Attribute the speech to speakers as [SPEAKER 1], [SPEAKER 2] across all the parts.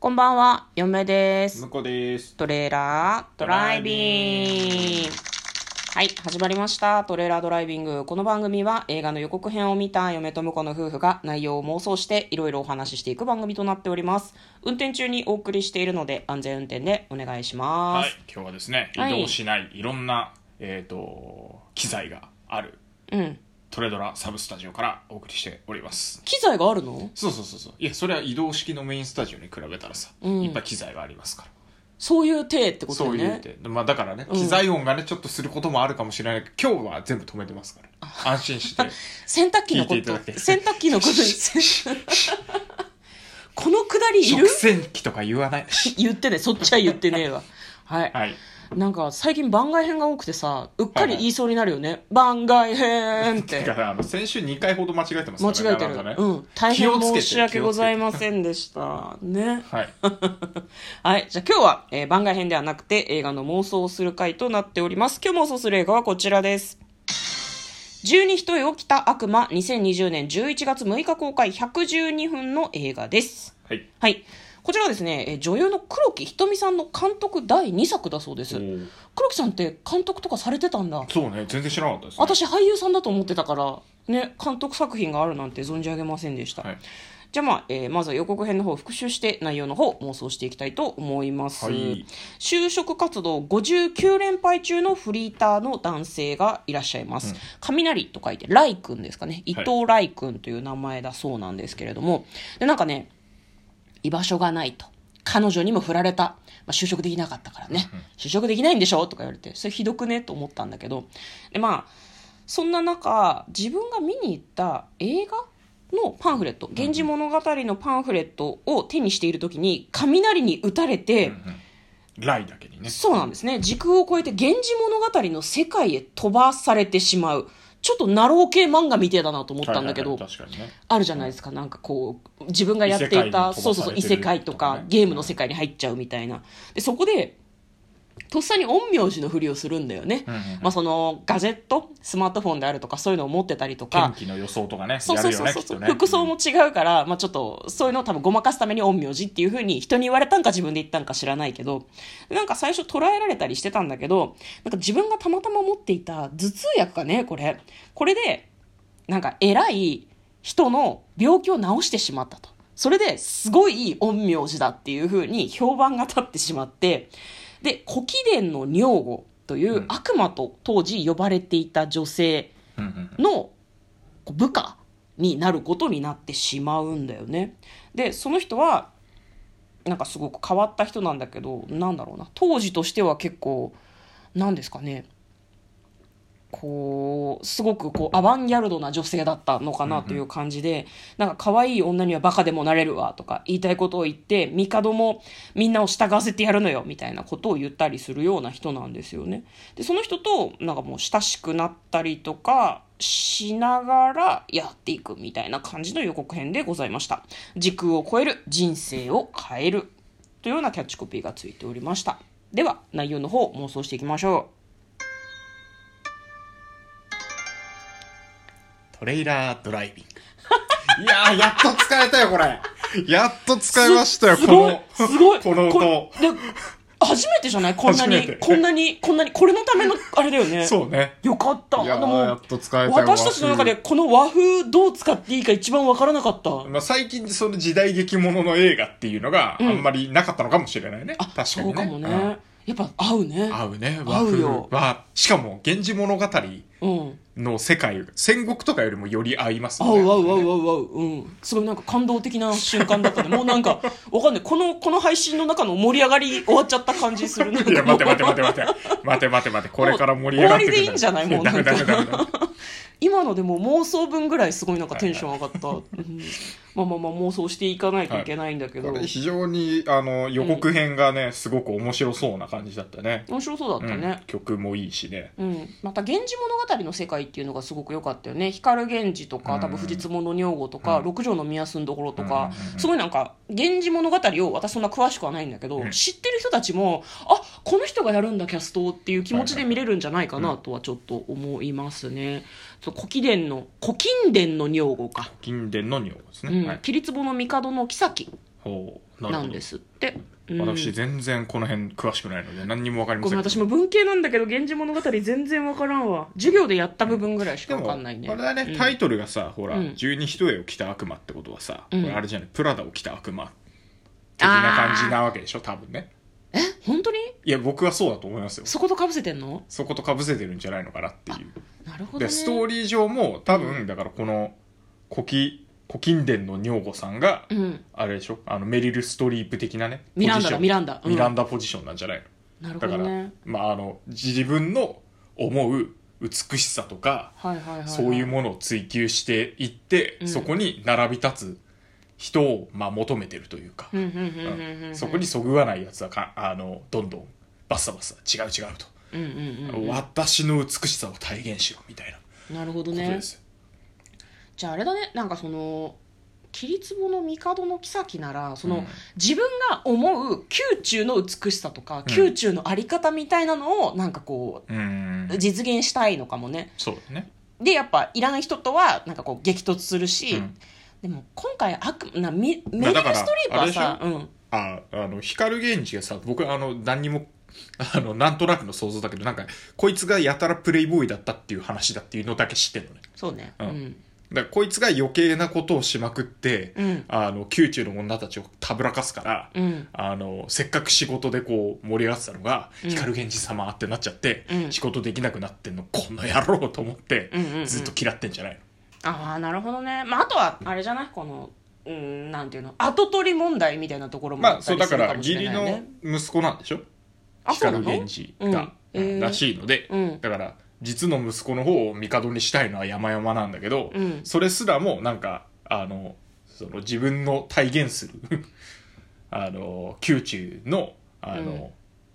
[SPEAKER 1] こんばんは、嫁です。
[SPEAKER 2] 向こうです。
[SPEAKER 1] トレーラードライビング。はい、始まりました。トレーラードライビング。この番組は映画の予告編を見た嫁と婿の夫婦が内容を妄想していろいろお話ししていく番組となっております。運転中にお送りしているので安全運転でお願いしま
[SPEAKER 2] は
[SPEAKER 1] す
[SPEAKER 2] い。、今日はですね、移
[SPEAKER 1] はい
[SPEAKER 2] 動しない、いろんな、えっ、と、機材がある。
[SPEAKER 1] うん。
[SPEAKER 2] トレドラサブスタジオからお送りしております。
[SPEAKER 1] 機材があるの
[SPEAKER 2] そうそうそうそう、いや、それは移動式のメインスタジオに比べたらさ、
[SPEAKER 1] ん
[SPEAKER 2] いっぱい機材がありますから。
[SPEAKER 1] そういう体ってことだ
[SPEAKER 2] そ
[SPEAKER 1] よ
[SPEAKER 2] う
[SPEAKER 1] ね。
[SPEAKER 2] いうって、まあ、だからね、
[SPEAKER 1] ん
[SPEAKER 2] 機材音がね、ちょっとすることもあるかもしれないけど、今日は全部止めてますから。安 心して。
[SPEAKER 1] 洗濯機のこ
[SPEAKER 2] 聞いていただけ
[SPEAKER 1] と、洗濯機のことに、 このくだりい
[SPEAKER 2] 食
[SPEAKER 1] る
[SPEAKER 2] 洗機とか言わない。
[SPEAKER 1] 言ってね、そっちは言ってねえわ。はい。
[SPEAKER 2] はい。
[SPEAKER 1] なんか最近番外編が多くてさうっか
[SPEAKER 2] はいは
[SPEAKER 1] り
[SPEAKER 2] い
[SPEAKER 1] 言いそうになるよね、番外編っ
[SPEAKER 2] だ
[SPEAKER 1] て
[SPEAKER 2] から、あの、先週2回ほど間違えてます
[SPEAKER 1] 間違
[SPEAKER 2] からね。
[SPEAKER 1] えて
[SPEAKER 2] あ
[SPEAKER 1] る、
[SPEAKER 2] なた
[SPEAKER 1] う
[SPEAKER 2] ね
[SPEAKER 1] ん、大変
[SPEAKER 2] 気をつけて
[SPEAKER 1] 申し訳ございませんでしたね
[SPEAKER 2] はい。
[SPEAKER 1] はいじゃあ今日は、えー番外編ではなくて映画の妄想をする回となっております今日妄想する映画はこちらです十二人を着た悪魔2020年11月6日公開112分の映画です
[SPEAKER 2] はい。
[SPEAKER 1] はいこちらはですねえー女優の黒木瞳さんの監督第2作だそうです
[SPEAKER 2] おー
[SPEAKER 1] 黒木さんって監督とかされてたんだ
[SPEAKER 2] そうね、全然知らなかったです、ね。
[SPEAKER 1] 私俳優さんだと思ってたからね監督作品があるなんて存じ上げませんでした、
[SPEAKER 2] はい。
[SPEAKER 1] じゃあまあ、えーまずは予告編の方を復習して内容の方を妄想していきたいと思います、
[SPEAKER 2] はい
[SPEAKER 1] 就職活動59連敗中のフリーターの男性がいらっしゃいます、雷と書いてライ君ですかね伊藤ライ君という名前だそうなんですけれども、でなんかね居場所がないと彼女にも振られた、まあ、就職できなかったからね就職できないんでしょとか言われてそれひどくねと思ったんだけどでまあそんな中自分が見に行った映画のパンフレット「源氏物語」のパンフレットを手にしている時に雷に打たれて、
[SPEAKER 2] ライだけにね。
[SPEAKER 1] そうなんですね時空を超えて「源氏物語」の世界へ飛ばされてしまうちょっとナロー系漫画みてえだなと思ったんだけど、
[SPEAKER 2] はいはいはい確かにね。
[SPEAKER 1] あるじゃないですか、なんかこう自分がやっていた
[SPEAKER 2] 異世界に飛ばされてる
[SPEAKER 1] そうそうそう異世界と
[SPEAKER 2] と
[SPEAKER 1] か
[SPEAKER 2] かね
[SPEAKER 1] ゲームの世界に入っちゃうみたいなでそこでとっさに陰陽師のふりをするんだよね、
[SPEAKER 2] うんうんうん
[SPEAKER 1] まあ、そのガジェットスマートフォンであるとかそういうのを持ってたりとか
[SPEAKER 2] 天気の予想とかね、
[SPEAKER 1] そう
[SPEAKER 2] や
[SPEAKER 1] そ
[SPEAKER 2] る
[SPEAKER 1] うそ
[SPEAKER 2] よ
[SPEAKER 1] う
[SPEAKER 2] ね、
[SPEAKER 1] そ
[SPEAKER 2] き
[SPEAKER 1] う
[SPEAKER 2] っとね。
[SPEAKER 1] 服装も違うから、まあ、ちょっとそういうのを多分ごまかすために陰陽師っていう風に人に言われたんか自分で言ったんか知らないけどなんか最初捉えられたりしてたんだけどなんか自分がたまたま持っていた頭痛薬かねこれこれでなんか偉い人の病気を治してしまったとそれですごいいい陰陽師だっていう風に評判が立ってしまってで古貴殿の女房という悪魔と当時呼ばれていた女性
[SPEAKER 2] うんうん
[SPEAKER 1] のこう部下になることになってしまうんだよね。でその人はなんかすごく変わった人なんだけどなんだろうな当時としては結構なんですかねこうすごくこうアバンギャルドな女性だったのかなという感じで、なんか可愛い女にはバカでもなれるわとか言いたいことを言って帝もみんなを従わせてやるのよみたいなことを言ったりするような人なんですよね。でその人となんかもう親しくなったりとかしながらやっていくみたいな感じの予告編でございました。時空を超える人生を変えるというようなキャッチコピーがついておりました。では内容の方を妄想していきましょう。
[SPEAKER 2] トレーラードライビン グ。いやー、やっと使えたよ、これ。やっと使えましたよ、
[SPEAKER 1] す
[SPEAKER 2] この、
[SPEAKER 1] すごいすごい
[SPEAKER 2] この
[SPEAKER 1] れ
[SPEAKER 2] 音。
[SPEAKER 1] で初めてじゃないこんな
[SPEAKER 2] 初め
[SPEAKER 1] に
[SPEAKER 2] て
[SPEAKER 1] こんなにこんなにこれのため のあれだよね
[SPEAKER 2] そうね。
[SPEAKER 1] よかった
[SPEAKER 2] いや
[SPEAKER 1] で
[SPEAKER 2] ー、や
[SPEAKER 1] も
[SPEAKER 2] っと使えたよ。
[SPEAKER 1] 私たちの中でこの和風どう使っていいか一番わからなかった
[SPEAKER 2] 和風。まあ、最近、その時代劇ものの映画っていうのがあんまりなかったのかもしれないね。確かにね。
[SPEAKER 1] そうかもね、
[SPEAKER 2] うん
[SPEAKER 1] やっぱ合うね
[SPEAKER 2] 合うね、
[SPEAKER 1] 合
[SPEAKER 2] 和
[SPEAKER 1] う
[SPEAKER 2] 風
[SPEAKER 1] よ
[SPEAKER 2] は。しかも、源氏物語
[SPEAKER 1] うん
[SPEAKER 2] の世界、戦国とかよりもより合います
[SPEAKER 1] 合う合う合う
[SPEAKER 2] う。
[SPEAKER 1] 合う合ううんすごいなんか感動的な瞬間だったねもうなんかわかんないこのこの配信の中の盛り上がり終わっちゃった感じするなんか
[SPEAKER 2] いや、待て待て待て待て。待て待て待て。これから盛り上がってくる。
[SPEAKER 1] 終わりでいいんじゃないもう
[SPEAKER 2] ダメダメダメダメ。
[SPEAKER 1] 今のでも妄想分ぐらいすごいなんかテンション上がった、うんまあまあまあ妄想していかないといけないんだけど、
[SPEAKER 2] これ非常にあの予告編がね、すごく面白そうな感じだったね
[SPEAKER 1] 面白そうだった
[SPEAKER 2] うん
[SPEAKER 1] ね、
[SPEAKER 2] 曲もいいしね
[SPEAKER 1] うんまた「源氏物語」の世界っていうのがすごく良かったよね光源氏とか
[SPEAKER 2] うん
[SPEAKER 1] 多分藤壺の女房とか、
[SPEAKER 2] うん
[SPEAKER 1] 六条の宮住所とか、
[SPEAKER 2] うん
[SPEAKER 1] すごいなんか「源氏物語」を私そんな詳しくはないんだけど、
[SPEAKER 2] うん
[SPEAKER 1] 知ってる人たちもあこの人がやるんだキャストっていう気持ちで見れるんじゃないかなとはちょっと思いますね。そう古貴殿の古今殿の女房か、
[SPEAKER 2] 金殿の女房です
[SPEAKER 1] う
[SPEAKER 2] ね、
[SPEAKER 1] ん
[SPEAKER 2] はい
[SPEAKER 1] 桐壺の帝の妃
[SPEAKER 2] ほうなるほ
[SPEAKER 1] な
[SPEAKER 2] ど
[SPEAKER 1] んですって。うん
[SPEAKER 2] 私全然この辺詳しくないので何にもわかりま
[SPEAKER 1] ご
[SPEAKER 2] せ
[SPEAKER 1] めん
[SPEAKER 2] ん
[SPEAKER 1] 私も文系なんだけど「源氏物語」全然分からんわ授業でやった部分ぐらいしか
[SPEAKER 2] でも
[SPEAKER 1] 分かんないね
[SPEAKER 2] あれだね、
[SPEAKER 1] うん
[SPEAKER 2] タイトルがさほら
[SPEAKER 1] うん
[SPEAKER 2] 「十二ひとえを着た悪魔」ってことはさ、
[SPEAKER 1] うん
[SPEAKER 2] これあれじゃないプラダを着た悪魔的な感じなわけでしょ多分ね
[SPEAKER 1] え本当に
[SPEAKER 2] いや僕はそうだと思いますよ
[SPEAKER 1] そことかぶせてんの
[SPEAKER 2] そことかぶせてるんじゃないのかなっていう
[SPEAKER 1] なるほど、
[SPEAKER 2] で
[SPEAKER 1] ね、
[SPEAKER 2] ストーリー上も多分、だからこの古希古今伝の女房さんが、
[SPEAKER 1] うん
[SPEAKER 2] あれでしょあのメリル・ストリープ的なね
[SPEAKER 1] ミランダだ
[SPEAKER 2] ポジション
[SPEAKER 1] ミランダうん
[SPEAKER 2] ミランダポジションなんじゃないの
[SPEAKER 1] なるほ
[SPEAKER 2] だか
[SPEAKER 1] ど
[SPEAKER 2] ら、
[SPEAKER 1] ね
[SPEAKER 2] まああの自分の思う美しさとか、
[SPEAKER 1] はいはいはい、はい、
[SPEAKER 2] そういうものを追求していって、
[SPEAKER 1] うん
[SPEAKER 2] そこに並び立つ人を、まあ、求めてるというか、
[SPEAKER 1] うんうんうんうんうんうん
[SPEAKER 2] そこにそぐわないやつはかあのどんどんバッサバッサ違う違うと、
[SPEAKER 1] うんうんうんう
[SPEAKER 2] 私の美しさを体現しろみたいなこ
[SPEAKER 1] んなるほど
[SPEAKER 2] と
[SPEAKER 1] ね
[SPEAKER 2] ですよ、
[SPEAKER 1] じゃああれだねなんかその桐壺の帝の妃ならその、
[SPEAKER 2] うん
[SPEAKER 1] 自分が思う宮中の美しさとか、宮中のあり方みたいなのをなんかこ
[SPEAKER 2] う
[SPEAKER 1] うん実現したいのかもね
[SPEAKER 2] そうだね
[SPEAKER 1] でやっぱいらん人とはなんかこう激突するし、
[SPEAKER 2] うん
[SPEAKER 1] でも今回悪なミメリ
[SPEAKER 2] ま
[SPEAKER 1] ル・
[SPEAKER 2] あ
[SPEAKER 1] スト
[SPEAKER 2] だから
[SPEAKER 1] リープはさ
[SPEAKER 2] あ
[SPEAKER 1] うん
[SPEAKER 2] ああの光源氏がさ僕あの何にもあのなんとなくの想像だけどなんかこいつがやたらプレイボーイだったっていう話だっていうのだけ知ってるのね
[SPEAKER 1] そうねう
[SPEAKER 2] うん
[SPEAKER 1] ん
[SPEAKER 2] だからこいつが余計なことをしまくって、
[SPEAKER 1] うん
[SPEAKER 2] あの宮中の女たちをたぶらかすから、
[SPEAKER 1] うん
[SPEAKER 2] あのせっかく仕事でこう盛り上がってたのが、
[SPEAKER 1] うん
[SPEAKER 2] 光源氏様ってなっちゃって、
[SPEAKER 1] うん
[SPEAKER 2] 仕事できなくなってんのこの野郎と思って、
[SPEAKER 1] うんうんうん
[SPEAKER 2] ずっと嫌ってんじゃないの
[SPEAKER 1] ああなるほどねまああとはあれじゃないこのうんなんていうの後取り問題みたいなところも
[SPEAKER 2] ま
[SPEAKER 1] あ
[SPEAKER 2] あ
[SPEAKER 1] った
[SPEAKER 2] そう
[SPEAKER 1] り
[SPEAKER 2] だ
[SPEAKER 1] す
[SPEAKER 2] か
[SPEAKER 1] るからもし
[SPEAKER 2] 義
[SPEAKER 1] れ
[SPEAKER 2] 理
[SPEAKER 1] ない
[SPEAKER 2] の
[SPEAKER 1] ね
[SPEAKER 2] 息子なんでしょ
[SPEAKER 1] あそうなの
[SPEAKER 2] 光源氏が、
[SPEAKER 1] うん
[SPEAKER 2] うん
[SPEAKER 1] えー
[SPEAKER 2] らしいので、
[SPEAKER 1] うん
[SPEAKER 2] だから実の息子の方を帝にしたいのは山々なんだけど、
[SPEAKER 1] うん
[SPEAKER 2] それすらもなんかあのその自分の体現する あの宮中のあの、
[SPEAKER 1] うん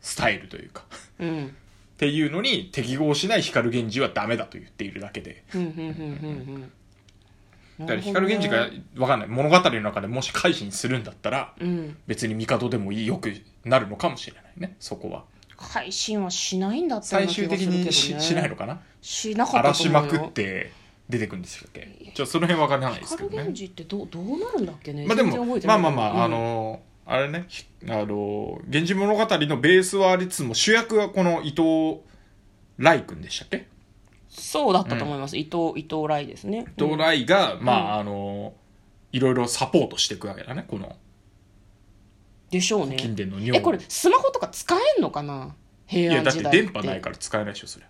[SPEAKER 2] スタイルというかっ
[SPEAKER 1] うん
[SPEAKER 2] ていうのに適合しない光源氏はダメだと言っているだけで
[SPEAKER 1] うんうんうんうんうん
[SPEAKER 2] だから光源氏がわかんない物語の中でもし改心するんだったら
[SPEAKER 1] うん
[SPEAKER 2] 別に帝でもいいよくなるのかもしれないねそこは
[SPEAKER 1] 配信はしないんだったよう
[SPEAKER 2] 最
[SPEAKER 1] な気
[SPEAKER 2] 終
[SPEAKER 1] がするけ
[SPEAKER 2] 的
[SPEAKER 1] どね
[SPEAKER 2] にし,、しないのかな
[SPEAKER 1] しなかっ
[SPEAKER 2] 荒
[SPEAKER 1] た
[SPEAKER 2] ら
[SPEAKER 1] と
[SPEAKER 2] し
[SPEAKER 1] 思う
[SPEAKER 2] ま
[SPEAKER 1] よ
[SPEAKER 2] くって出てくるんでしたっけちょその辺わからないですけ
[SPEAKER 1] 光
[SPEAKER 2] どね
[SPEAKER 1] 源氏ってどうどうなるんだっけね
[SPEAKER 2] まあで
[SPEAKER 1] 全然覚
[SPEAKER 2] も
[SPEAKER 1] えて
[SPEAKER 2] ま
[SPEAKER 1] ない
[SPEAKER 2] あまあまあ、あのあれねひあの「源氏物語」のベースはありつつも主役はこの伊藤来君でしたっけ
[SPEAKER 1] そうだったと思います、伊藤伊藤来ですね
[SPEAKER 2] 伊藤
[SPEAKER 1] うん
[SPEAKER 2] 来が、まああのいろいろサポートしていくわけだねこの
[SPEAKER 1] でしょうね
[SPEAKER 2] 近伝の女
[SPEAKER 1] えこ
[SPEAKER 2] 房
[SPEAKER 1] れスマホとか使えんのかな平
[SPEAKER 2] いや
[SPEAKER 1] 安
[SPEAKER 2] だっ
[SPEAKER 1] 時
[SPEAKER 2] て
[SPEAKER 1] 代
[SPEAKER 2] 電波ない
[SPEAKER 1] か
[SPEAKER 2] から使えないでしょそれ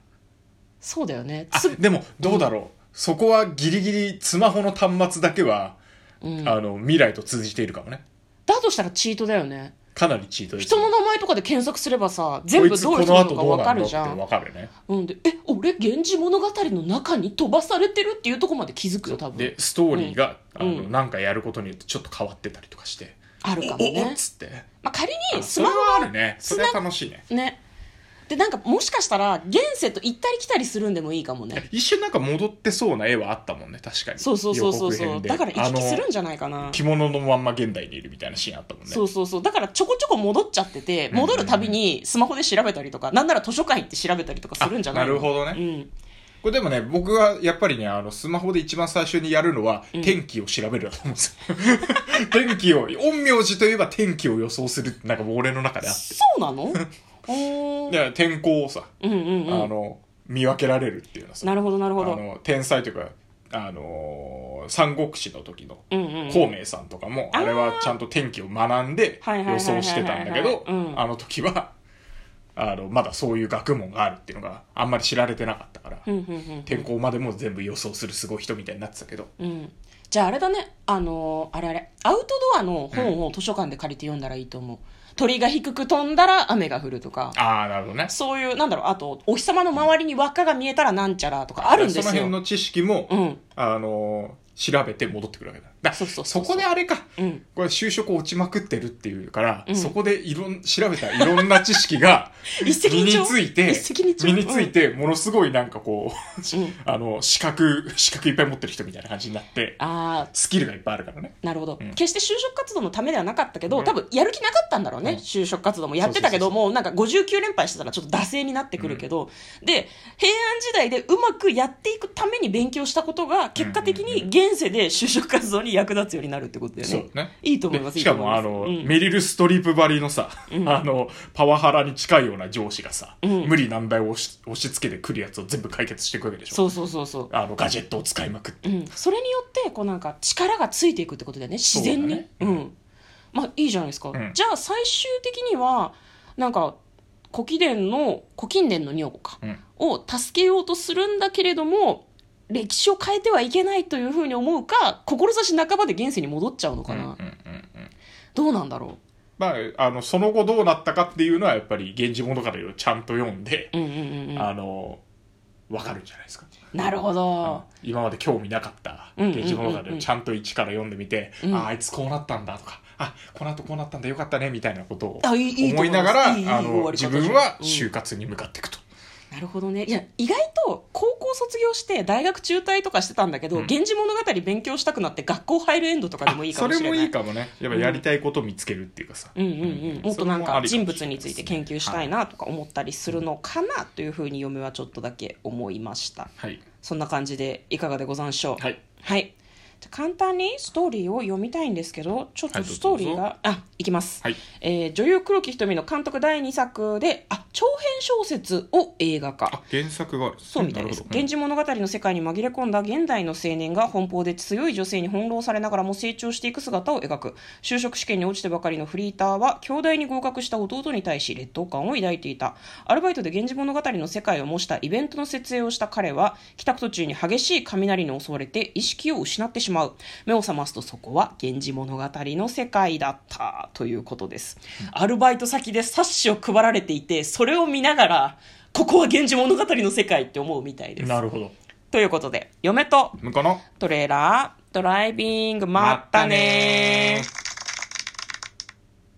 [SPEAKER 1] そうだよね
[SPEAKER 2] あ
[SPEAKER 1] つ
[SPEAKER 2] でもどうだろう、そこはギリギリスマホの端末だけは、
[SPEAKER 1] うん、
[SPEAKER 2] あの未来と通じているかもね
[SPEAKER 1] だとしたらチートだよね
[SPEAKER 2] かなりチートです
[SPEAKER 1] 人
[SPEAKER 2] よ
[SPEAKER 1] の名前とかで検索すればさ全部どういう
[SPEAKER 2] こいつ
[SPEAKER 1] 人
[SPEAKER 2] この
[SPEAKER 1] な
[SPEAKER 2] 後
[SPEAKER 1] のか
[SPEAKER 2] どう
[SPEAKER 1] 分
[SPEAKER 2] な
[SPEAKER 1] か
[SPEAKER 2] る
[SPEAKER 1] る
[SPEAKER 2] のっ
[SPEAKER 1] じ
[SPEAKER 2] て
[SPEAKER 1] ゃん
[SPEAKER 2] わかるよね
[SPEAKER 1] うんでえ俺「源氏物語」の中に飛ばされてるっていうとこまで気づくよ多分
[SPEAKER 2] でストーリーが、
[SPEAKER 1] うん
[SPEAKER 2] あの
[SPEAKER 1] うん
[SPEAKER 2] なんかやることによってちょっと変わってたりとかして、
[SPEAKER 1] あるかも
[SPEAKER 2] おおっ
[SPEAKER 1] ね、
[SPEAKER 2] つって
[SPEAKER 1] まあ、仮にス
[SPEAKER 2] そ
[SPEAKER 1] マ
[SPEAKER 2] れ
[SPEAKER 1] ホ
[SPEAKER 2] はあるね
[SPEAKER 1] ス
[SPEAKER 2] そ
[SPEAKER 1] マ
[SPEAKER 2] れ
[SPEAKER 1] ホ
[SPEAKER 2] は楽しいね
[SPEAKER 1] ねでなんかもしかしたら現世と行ったり来たりするんでもいいかもね
[SPEAKER 2] 一瞬なんか戻ってそうな絵はあったもんね確かに
[SPEAKER 1] そうそうそうそうそうだから行き来するん
[SPEAKER 2] じ
[SPEAKER 1] じゃないかな
[SPEAKER 2] 着物のまんま現代にいるみたいなシーンあったもんね
[SPEAKER 1] そうそうそうだからちょこちょこ戻っちゃってて
[SPEAKER 2] んうんうん
[SPEAKER 1] 戻るたびにスマホで調べたりとか、なんなら図書館行って調べたりとかするんじゃない
[SPEAKER 2] あなるほどね
[SPEAKER 1] うん、
[SPEAKER 2] これでもね僕はやっぱりねあのスマホで一番最初にやるのは、天気を調べるだと思うんですよ 天気を陰陽師といえば天気を予想するってなんかもう俺の中であっ
[SPEAKER 1] そうな のお
[SPEAKER 2] て
[SPEAKER 1] ー
[SPEAKER 2] で天候をさ、
[SPEAKER 1] うんうんう
[SPEAKER 2] あ
[SPEAKER 1] ん
[SPEAKER 2] の見分けられるっていうのはさ
[SPEAKER 1] なるほどなるほ
[SPEAKER 2] あ
[SPEAKER 1] ど
[SPEAKER 2] の天才というか、あのー三国志の時の
[SPEAKER 1] うんうん
[SPEAKER 2] 孔明さんとかも、
[SPEAKER 1] あー
[SPEAKER 2] あれはちゃんと天気を学んで
[SPEAKER 1] はいはいはいはい
[SPEAKER 2] 予想してたんだけど
[SPEAKER 1] うん
[SPEAKER 2] あの時はあのまだそういう学問があるっていうのがあんまり知られてなかったから、
[SPEAKER 1] うんうんうん
[SPEAKER 2] 天候までも全部予想するすごい人みたいになってたけど
[SPEAKER 1] うんじゃああれだねあのーあれあれアウトドアの本を図書館で借りて読んだらいいと思う、鳥が低く飛んだら雨が降るとか
[SPEAKER 2] ああなるほどね
[SPEAKER 1] そういうなんだろうあとお日様の周りに輪っかが見えたらなんちゃらとかあるんですよ
[SPEAKER 2] その辺の知識も、
[SPEAKER 1] うん
[SPEAKER 2] あのー調べて戻ってくるわけだだ
[SPEAKER 1] そうそうそうそう
[SPEAKER 2] そこであれか
[SPEAKER 1] うん
[SPEAKER 2] これ就職落ちまくってるっていうから、
[SPEAKER 1] うん
[SPEAKER 2] そこでいろん調べたいろんな知識が
[SPEAKER 1] 一石
[SPEAKER 2] 身
[SPEAKER 1] 二
[SPEAKER 2] に
[SPEAKER 1] 鳥
[SPEAKER 2] ついて
[SPEAKER 1] 一石二鳥
[SPEAKER 2] 身についてものすごいなんかこう、
[SPEAKER 1] うん
[SPEAKER 2] あの資格資格いっぱい持ってる人みたいな感じになって
[SPEAKER 1] ああ
[SPEAKER 2] スキルがいっぱいあるからね
[SPEAKER 1] なるほど、
[SPEAKER 2] うん
[SPEAKER 1] 決して就職活動のためではなかったけど、
[SPEAKER 2] うん
[SPEAKER 1] 多分やる気なかったんだろうね、
[SPEAKER 2] うん
[SPEAKER 1] 就職活動もやってたけど
[SPEAKER 2] そう
[SPEAKER 1] もうなんか59連敗してたらちょっと惰性になってくるけど、で平安時代でうまくやっていくために勉強したことが結果的に現世で就職活動に役立つようになるってことだよ
[SPEAKER 2] そ
[SPEAKER 1] ね
[SPEAKER 2] う。ね。
[SPEAKER 1] いいと思います。
[SPEAKER 2] でしか
[SPEAKER 1] いいと
[SPEAKER 2] も
[SPEAKER 1] 思い
[SPEAKER 2] あ
[SPEAKER 1] ます
[SPEAKER 2] の、
[SPEAKER 1] うん
[SPEAKER 2] メリル・ストリープばりのさ、
[SPEAKER 1] うん
[SPEAKER 2] あのパワハラに近いような上司がさ、
[SPEAKER 1] うん
[SPEAKER 2] 無理難題を押し押し付けてくるやつを全部解決していくわけでしょ
[SPEAKER 1] そうそうそうそう。
[SPEAKER 2] あのガジェットを使いまくって、
[SPEAKER 1] うん、それによってこうなんか力がついていくってことだよね自然にう,、
[SPEAKER 2] そうだね
[SPEAKER 1] んまあいいじゃないですか、
[SPEAKER 2] ん
[SPEAKER 1] じゃあ最終的にはなんか古貴殿の古近殿の女房か、
[SPEAKER 2] うん
[SPEAKER 1] を助けようとするんだけれども歴史を変えてはいけないというふうに思うか志半ばで現世に戻っちゃうのかな、
[SPEAKER 2] うんうんうんうん
[SPEAKER 1] どうなんだろ
[SPEAKER 2] まあ、あのその後どうなったかっていうのはやっぱり「源氏物語」をちゃんと読んで、
[SPEAKER 1] ううんうんうんうん
[SPEAKER 2] あのわかるんじゃないですか
[SPEAKER 1] なるほど
[SPEAKER 2] 今まで興味なかった「
[SPEAKER 1] うんうんうんうん
[SPEAKER 2] 源氏物語」をちゃんと一から読んでみて、
[SPEAKER 1] うん
[SPEAKER 2] ああいつこうなったんだとかあこの後こうなったんだよかったねみたいなことを
[SPEAKER 1] あいいいいと
[SPEAKER 2] 思
[SPEAKER 1] 思
[SPEAKER 2] い
[SPEAKER 1] い
[SPEAKER 2] な
[SPEAKER 1] ます
[SPEAKER 2] がら
[SPEAKER 1] いいいい
[SPEAKER 2] あ
[SPEAKER 1] 終
[SPEAKER 2] の
[SPEAKER 1] わり
[SPEAKER 2] 自
[SPEAKER 1] 方
[SPEAKER 2] 分は
[SPEAKER 1] うん
[SPEAKER 2] 就活に向かっていくと、
[SPEAKER 1] なるほどねいや意外と高校卒業して大学中退とかしてたんだけど「
[SPEAKER 2] うん
[SPEAKER 1] 源氏物語」勉強したくなって学校入るエンドとかでもいい
[SPEAKER 2] あ
[SPEAKER 1] かも
[SPEAKER 2] そ
[SPEAKER 1] しれな
[SPEAKER 2] れ
[SPEAKER 1] い
[SPEAKER 2] もいいかもねやっぱやりたいことを見つけるっていうかさ、
[SPEAKER 1] うんうんうん、もっとなんか人物について研究したい
[SPEAKER 2] な、
[SPEAKER 1] なとか思ったりするのかなというふうに嫁はちょっとだけ思いました
[SPEAKER 2] はい
[SPEAKER 1] そんな感じでいかがでござんしょう
[SPEAKER 2] はい、
[SPEAKER 1] はいじゃあ簡単にストーリーを読みたいんですけどちょっ
[SPEAKER 2] は
[SPEAKER 1] と
[SPEAKER 2] いどうぞ
[SPEAKER 1] ストーリーが、あいきます、
[SPEAKER 2] はい
[SPEAKER 1] えー女優黒木瞳の監督第2作であ長編小説を映画化
[SPEAKER 2] あ原作がある
[SPEAKER 1] そうみたいです「
[SPEAKER 2] なる
[SPEAKER 1] 源氏物語」の世界に紛れ込んだ現代の青年が奔放で強い女性に翻弄されながらも成長していく姿を描く就職試験に落ちてばかりのフリーターは京大に合格した弟に対し劣等感を抱いていたアルバイトで「源氏物語」の世界を模したイベントの設営をした彼は帰宅途中に激しい雷に襲われて意識を失ってしまう目を覚ますとそこは「源氏物語」の世界だったということですアルバイト先で冊子を配られていてそれを見ながらここは源氏物語の世界って思うみたい
[SPEAKER 2] ほ
[SPEAKER 1] で
[SPEAKER 2] ど
[SPEAKER 1] す。
[SPEAKER 2] なるほど
[SPEAKER 1] ということで、嫁と
[SPEAKER 2] 向こうの
[SPEAKER 1] トレーラー、ドライビング、まったねー。